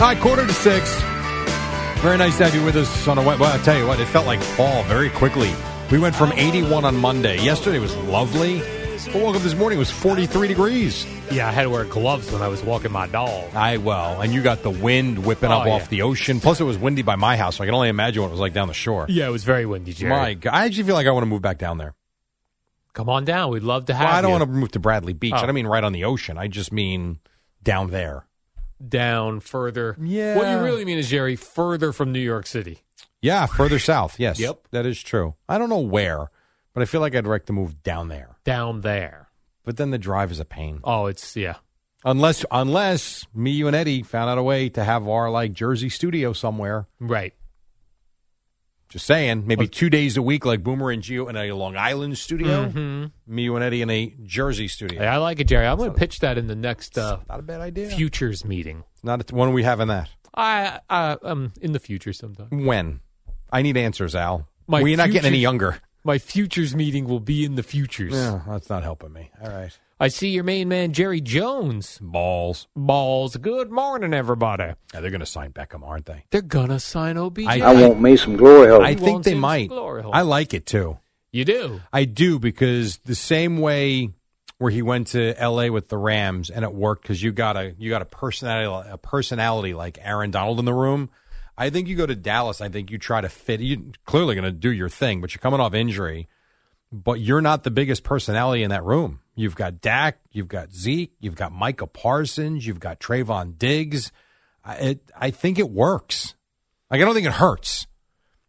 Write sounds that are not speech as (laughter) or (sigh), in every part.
All right, quarter to six. Very nice to have you with us on a wet. Well, I tell you what, it felt like fall very quickly. We went from 81 on Monday. Yesterday was lovely. But woke up this morning it was 43 degrees. Yeah, I had to wear gloves when I was walking my dog. I well, and you got the wind whipping Oh, up off yeah. the ocean. Plus, it was windy by my house, so I can only imagine what it was like down the shore. Yeah, it was very windy, Jerry. My, God, I actually feel like I want to move back down there. Come on down. We'd love to have Well, I don't you want to move to Bradley Beach. I Oh. don't mean right on the ocean. I just mean down there. down further. Yeah. What you really mean is, Jerry, further from New York City. Yeah, further south. Yes. Yep. that is true. I don't know where, but I feel like I'd like to move down there. Down there. But then the drive is a pain. Oh, it's, yeah. Unless, unless me, you, and Eddie found out a way to have our like Jersey studio somewhere. Right. Just saying, maybe two days a week, like Boomer and Geo in a Long Island studio. hmm Me, you, and Eddie in a Jersey studio. Yeah, I like it, Jerry. I'm going to pitch that in the next uh, Not a bad idea. futures meeting. Not a, when are we having that? I, I, um, in the future sometime. When? I need answers, Al. My We're not getting future- any younger. My futures meeting will be in the futures. Yeah, that's not helping me. All right, I see your main man, Jerry Jones. balls. Balls. Good morning, everybody. Yeah, they're going to sign Beckham, aren't they? They're going to sign OBJ. I- I want me some glory hole. I He think wants they his might. glory hole. I like it too. you do. I do because the same way where he went to L.A. with the Rams and it worked because you got a you got a personality a personality like Aaron Donald in the room. I think you go to Dallas. I think you try to fit. You clearly going to do your thing, but you're coming off injury. But you're not the biggest personality in that room. You've got Dak, you've got Zeke, you've got Micah Parsons, you've got Trayvon Diggs. I, it, I think it works. Like I don't think it hurts.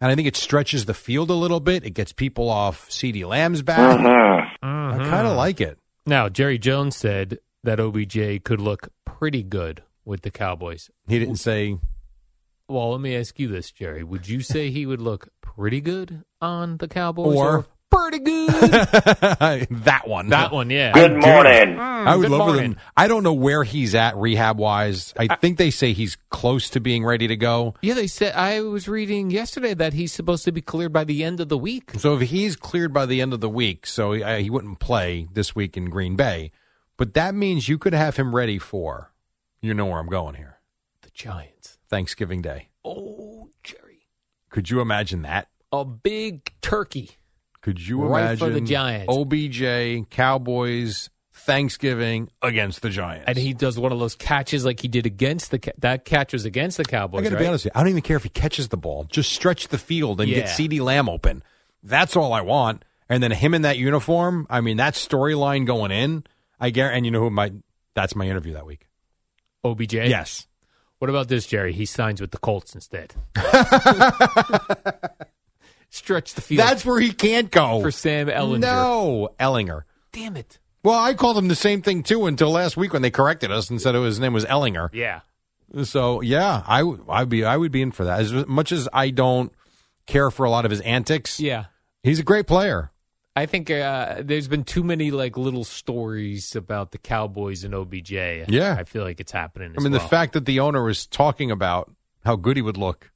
And I think it stretches the field a little bit. It gets people off CD Lamb's back. I Mm-hmm. kind of like it. Now, Jerry Jones said that OBJ could look pretty good with the Cowboys. He didn't say Well, let me ask you this, Jerry. Would you say he would look pretty good on the Cowboys? Or- pretty (laughs) good? that one. that one, yeah. Mm, Good morning. I would Good love for morning. them. I don't know where he's at rehab wise. I think they say he's close to being ready to go. Yeah, they said I was reading yesterday that he's supposed to be cleared by the end of the week. So if he's cleared by the end of the week, so he, uh, he wouldn't play this week in Green Bay, but that means you could have him ready for. You know where I'm going here. The Giants. Thanksgiving Day. Oh, Jerry. Could you imagine that? A big turkey. Could you Right imagine for the Giants. OBJ Cowboys Thanksgiving against the Giants? And he does one of those catches like he did against the Ca- that catch was against the I Cowboys, got to right? be honest with you. I don't even care if he catches the ball. Just stretch the field and Yeah. get CD Lamb open. That's all I want. And then him in that uniform. I mean, that storyline going in. I guarantee. And you know who my that's my interview that week. OBJ. Yes. What about this, Jerry? He signs with the (laughs) Colts instead. Stretch the field That's where he can't go. for Sam Ellinger. No, Ellinger. Damn it. Well, I called him the same thing too until last week when they corrected us and said it was, his name was Ellinger. Yeah. So yeah, I would I'd be I would be in for that. As much as I don't care for a lot of his antics, Yeah. he's a great player. I think uh, there's been too many like little stories about the Cowboys and OBJ. Yeah. I feel like it's happening. I as mean, the well. fact that the owner is talking about how good he would look,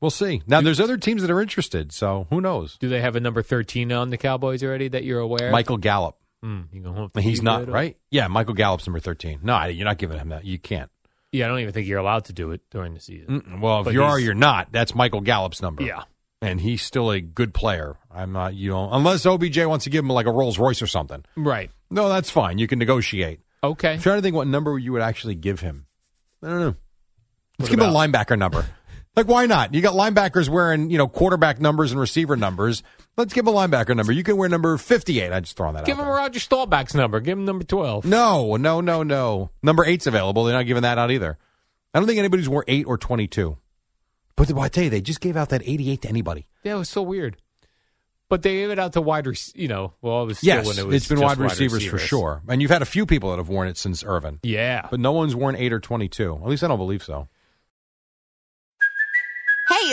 we'll see. Now, there's other teams that are interested, so who knows? do they have a number thirteen on the Cowboys already that you're aware? of? Michael Gallup, Hmm, you gonna have to he's keep it not up. right. Yeah, Michael Gallup's number thirteen. No, I- you're not giving him that. You can't. Yeah, I don't even think you're allowed to do it during the season. Mm-mm. Well, if But you are, he's- you're not. That's Michael Gallup's number. Yeah. and he's still a good player. I'm not, you know, unless OBJ wants to give him like a Rolls Royce or something. Right. No, that's fine. You can negotiate. Okay. I'm trying to think what number you would actually give him. I don't know. Let's What give him a about- linebacker number. like, why not? You got linebackers wearing, you know, quarterback numbers and receiver numbers. Let's give him a linebacker number. You can wear number 58. I just throw that Give out. him there. Roger Staubach's number. Give him number 12. No, no, no, no. Number eight's available. They're not giving that out either. I don't think anybody's wore eight or 22. But I tell you, they just gave out that 88 to anybody. That was so weird. But they gave it out to wide rec- you know, well, it was still Yes, when it was it's been just wide receivers, for receivers. sure. And you've had a few people that have worn it since Irvin, Yeah. but no one's worn 8 or 22. At least I don't believe so. Hey,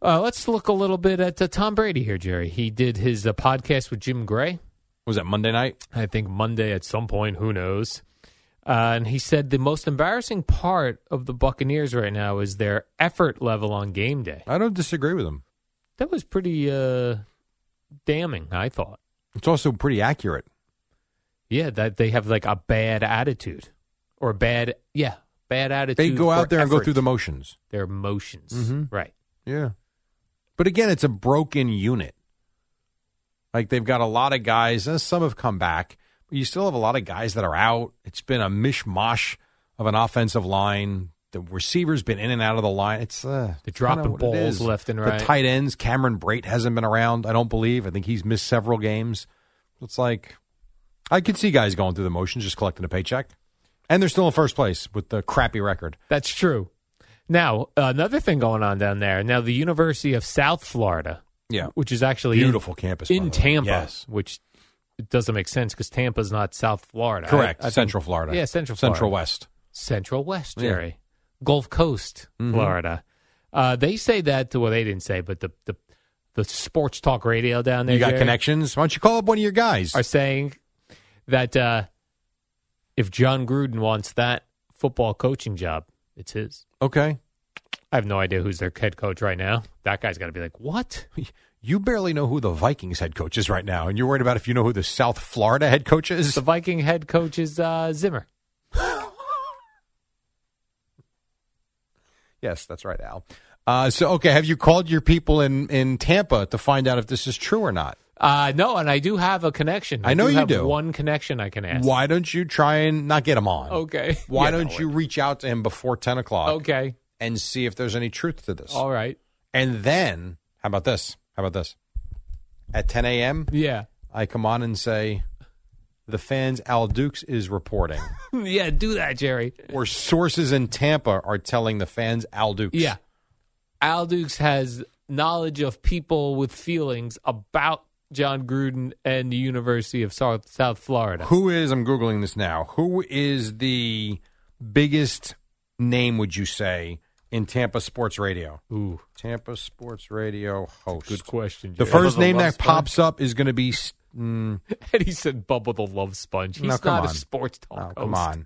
Uh, let's look a little bit at uh, Tom Brady here, Jerry. He did his uh, podcast with Jim Gray, Was that Monday night? I think Monday at some point, who knows. Uh, and he said the most embarrassing part of the Buccaneers right now is their effort level on game day. I don't disagree with him. That was pretty uh, damning, I thought. It's also pretty accurate. Yeah, that they have like a bad attitude or bad, yeah, bad attitude. They go or out there and go effort. through the motions. their motions, Mhm. right? Yeah. But again, it's a broken unit. Like they've got a lot of guys, and some have come back, but you still have a lot of guys that are out. It's been a mishmash of an offensive line. The receivers been in and out of the line. It's uh, The it's dropping kinda what it balls is. left and right. The tight ends. Cameron Brait hasn't been around. I don't believe. I think he's missed several games. It's like I could see guys going through the motions, just collecting a paycheck, and they're still in first place with the crappy record. That's true. Now, another thing going on down there. Now, the University of South Florida, Yeah, which is actually in- beautiful campus by in the way. Tampa, Yes. which it doesn't make sense because Tampa's not South Florida. I- Correct. I think- Central Florida. Yeah, Central Central Florida. West. Central West, Yeah. Jerry. Gulf Coast, Mhm. Florida. Uh, they say that, well, they didn't say, but the, the, the sports talk radio down there you got Jerry, connections? Why don't you call up one of your guys? are saying that uh, if John Gruden wants that football coaching job, it's his. Okay. I have no idea who's their head coach right now. That guy's got to be like, what? You barely know who the Vikings head coach is right now, and you're worried about if you know who the South Florida head coach is. The Viking head coach is uh, Zimmer. Yes, that's right, Al. Uh, so, okay, have you called your people in, in Tampa to find out if this is true or not? Uh, no, and I do have a connection. I know you have do. One connection I can ask. Why don't you try and not get him on? Okay. Why Yeah, don't no, you reach out to him before 10 o'clock Okay. and see if there's any truth to this? All right. And then, how about this? How about this? At 10 a.m., Yeah. (laughs) I come on and say, the fans Al Dukes is reporting, yeah. Do that, Jerry. or sources in Tampa are telling the fans Al Dukes. Yeah. Al Dukes has knowledge of people with feelings about John Gruden and the University of South, South Florida. Who is, I'm Googling this now, who is the biggest name, would you say, in Tampa sports radio? Ooh. Tampa sports radio host. Good question. The Jerry. first Bubba the name Love that Sponge. pops up is going to be. s- Mm, (laughs) and he said, "Bubble the love sponge." He's No, come not on. a sports oh, talk. come host.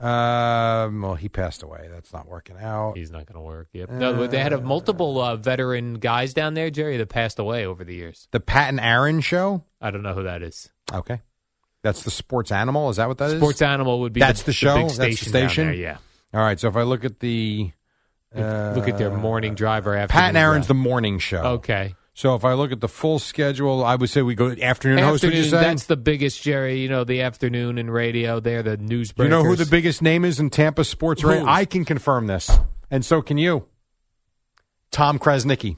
on. Um, well, he passed away. That's not working out. He's not going to work. Yep. No, but they had a multiple uh, veteran guys down there, Jerry, that passed away over the years. The Pat and Aaron show? I don't know who that is. Okay. That's the sports animal. Is that what that is? Sports Animal would be That's the show? big That's the station down station? there, yeah. All right. So if I look at the uh, Look at their morning driver after Pat and Aaron's the morning show. okay So if I look at the full schedule, I would say we go afternoon, host. Would you afternoon. say? That's the biggest Jerry. You know the afternoon and radio. They're the news. you know who the biggest name is in Tampa sports right? Who? I can confirm this, and so can you. Tom Krasnicki.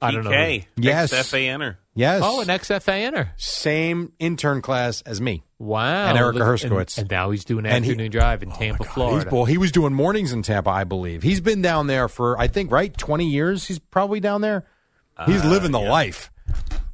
I don't know. who- Yes. XFANer. Yes. Oh, an XFANer. same intern class as me. Wow. And Erica Look- and- Herskowitz. And, now he's doing And he- Oh, afternoon drive in Tampa, He's- Florida. well, he was doing mornings in Tampa, I believe. He's been down there for I think right twenty years. He's probably down there. He's Uh, living the life.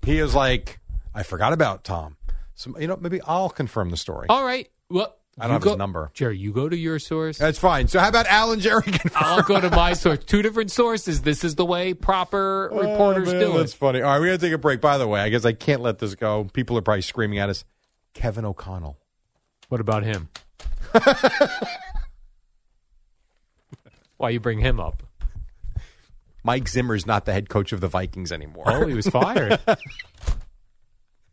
He is like I forgot about Tom. So you know maybe I'll confirm the story. Oh. All right. Well, I don't You have go- his number. Jerry, you go to your source. That's fine. So how about Alan Jerry? (laughs) I'll go to my source. Two different sources. This is the way proper reporters Oh, man, do That's it. funny. All right, we got to take a break. By the way, I guess I can't let this go. People are probably screaming at us. Kevin O'Connell. What about him? (laughs) Why you bring him up? Mike Zimmer's not the head coach of the Vikings anymore. Oh, he was (laughs) fired. (laughs)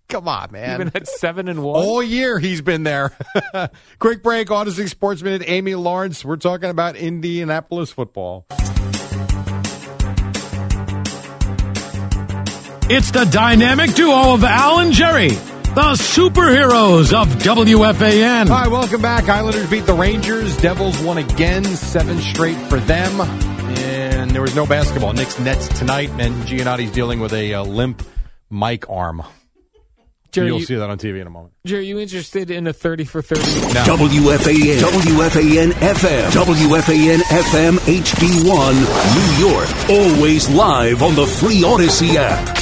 Come on, man. Even at seven and one. All year he's been there. (laughs) Quick break. Odyssey Sports Minute. Amy Lawrence. We're talking about Indianapolis football. It's the dynamic duo of Al and Jerry, the superheroes of WFAN. Hi, welcome back. Islanders beat the Rangers. Devils won again, seven straight for them. And there was no basketball. Knicks Nets tonight, and Giannotti's dealing with a uh, limp mic arm. Jerry, You'll you, see that on TV in a moment. Jerry, you interested in a thirty for thirty? WFAN, WFAN FM, WFAN FM HD1, New York. Always live on the free Odyssey app.